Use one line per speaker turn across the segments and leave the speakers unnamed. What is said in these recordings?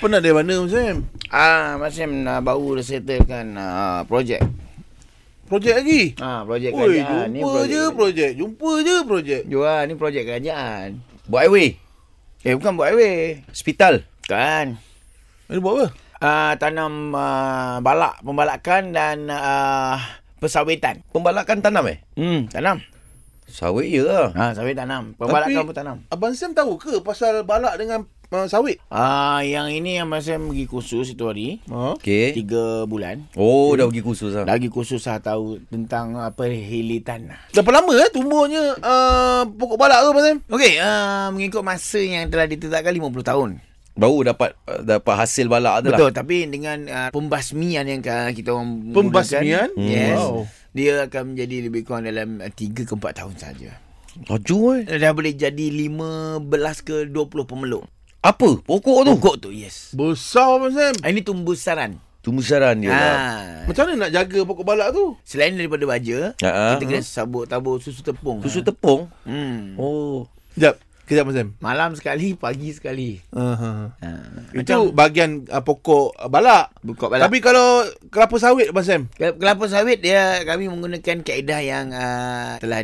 pernah dari mana Mazem?
Ah, macam uh, baru dah settlekan uh, projek.
Projek lagi?
Ah, projek
Oi,
kerajaan. ni
jumpa je projek. Jumpa je projek.
Jual ni projek kerajaan.
Buat highway.
Eh, bukan buat highway.
Hospital.
Kan.
Ini buat apa?
Ah, tanam ah, balak, pembalakan dan ah, persawitan.
Pembalakan tanam eh?
Hmm, tanam.
Sawit je lah.
Ah, sawit tanam. Pembalakan
Tapi-
pun tanam.
Abang Sam tahu ke pasal balak dengan uh, sawit?
Ah, yang ini yang saya pergi kursus itu hari.
Ha?
Okay.
Tiga bulan.
Oh, dah pergi kursus lah.
Lagi kursus saya tahu tentang ah, apa hilitan.
Berapa lama eh tumbuhnya uh, pokok balak tu Abang Sam?
Okey, uh, mengikut masa yang telah ditetapkan 50 tahun.
Baru dapat dapat hasil balak tu lah.
Betul, tapi dengan uh, pembasmian yang uh, kita orang menggunakan,
Pembasmian? Hmm,
Yes.
Wow.
Wow. Dia akan menjadi lebih kurang dalam 3 ke 4 tahun saja.
Laju eh.
Dah boleh jadi 15 ke 20 pemeluk.
Apa? Pokok
Oh,
tu?
Pokok tu, yes.
Besar Abang Sam.
Ah, Ini tumbuh saran.
Tumbusaran
Ya,
dia lah.
Ha.
Macam mana nak jaga pokok balak tu?
Selain daripada baja,
Ha-ha.
kita kena
Uh-huh.
sabuk tabur susu tepung.
Susu tepung?
Hmm.
Oh.
Sekejap. Kejap Abang Sam.
Malam sekali, pagi sekali.
Uh-huh.
Ha.
Itu bahagian uh, pokok uh, balak.
Buka balak.
balak. Tapi kalau kelapa sawit Abang Sam?
Kel- Kelapa sawit dia kami menggunakan kaedah yang uh, telah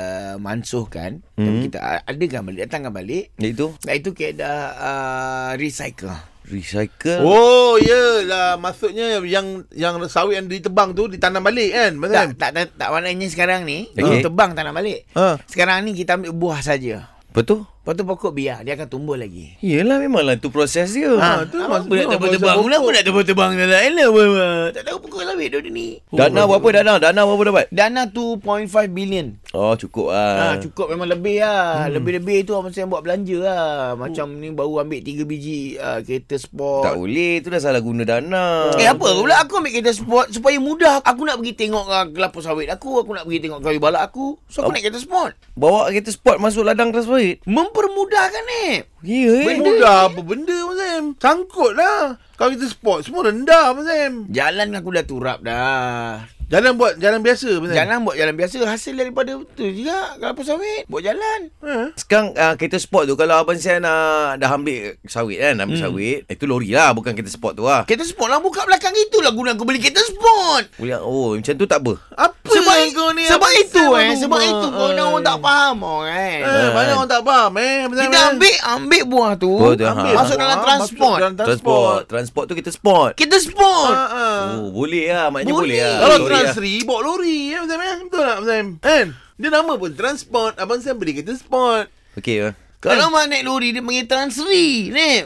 dimansuhkan uh,
Hmm.
mm-hmm. kita a- adakan balik datangkan balik
Itu?
iaitu kaedah uh, recycle.
Recycle.
Oh, yelah. Maksudnya yang yang sawit yang ditebang tu ditanam balik kan, Abang Sam?
Tak, tak tak tak maknanya sekarang ni
Okey.
okay. tebang tanam balik.
Ha.
Sekarang ni kita ambil buah saja.
Betul?
Lepas tu pokok biar dia akan tumbuh lagi. Ah,
Yelah memanglah tu proses dia. Oh.
Ha, tu
apa nak
maksud- tu maksud
tebang-tebang?
pokok.
Kenapa nak tebang-tebang dah lah? Elah, apa, apa. Tak tahu pokok sawit dia ni.
Dana berapa dana? Dana berapa dapat?
Dana 2.5 bilion.
Oh cukup
Ha,
Ah.
lah.
cukup memang lebih lah. Hmm. Lebih-lebih tu abang saya buat belanja lah. Macam ni baru ambil 3 biji uh, kereta sport.
Tak boleh. Tu dah salah guna dana.
Eh apa pula aku ambil kereta sport supaya mudah aku nak pergi tengok uh, kelapa sawit aku aku nak pergi tengok kayu balak aku so aku
Ab-
naik kereta sport
Bawa kereta sport masuk ladang keras parit.
mempermudahkan eh
Ya eh.
Benda mudah apa benda Abang Sam? Sangkut lah. Kalau kita sport semua rendah Abang Sam.
jalan aku dah turap dah
Jalan buat jalan biasa Abang Sam.
jalan buat jalan biasa hasil daripada tu juga kelapa sawit buat jalan
Ha?
Sekarang uh, kereta sport tu kalau abang saya nak dah ambil sawit kan, ambil hmm. sawit, itu lori lah bukan kereta sport tu lah.
kereta sport lah buka belakang itulah guna aku beli kereta sport
Boleh oh macam tu tak apa.
Apa
sebab,
yang kau ni
sebab
Abang
itu
Sam,
eh
aduh,
sebab itu
mak.
kau orang orang tak faham orang eh
Eh, banyak orang tak faham eh Abang Sam.
Kita
eh.
ambil ambil buah tu.
Buah tu, ha.
Masuk dalam
Ah,
transport.
masuk dalam
Transport. Transport tu kereta sport.
Kita sport.
Ha, ha.
Oh boleh lah maknanya
Boleh.
boleh, lah.
Kalau
Lori lah.
transri bawa lori eh Abang Sam eh. Betul tak Abang Sam? Kan? Dia nama pun transport. Abang Sam beli kereta sport.
Okey. ah.
Kalau mak naik lori dia panggil transri, ni.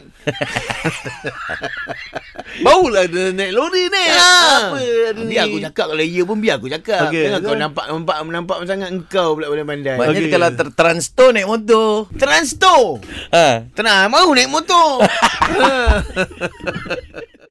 Barulah dia naik lori ni.
Ha.
Apa ada ni?
Biar aku cakap kalau ya pun biar aku cakap.
Okey,
Okay, Jangan kau
betul.
nampak nampak nampak sangat engkau pula pandai-pandai.
Maknanya
Okey.
okay. kalau ter- transto naik motor.
Transto.
Ha.
Tenang, baru naik motor.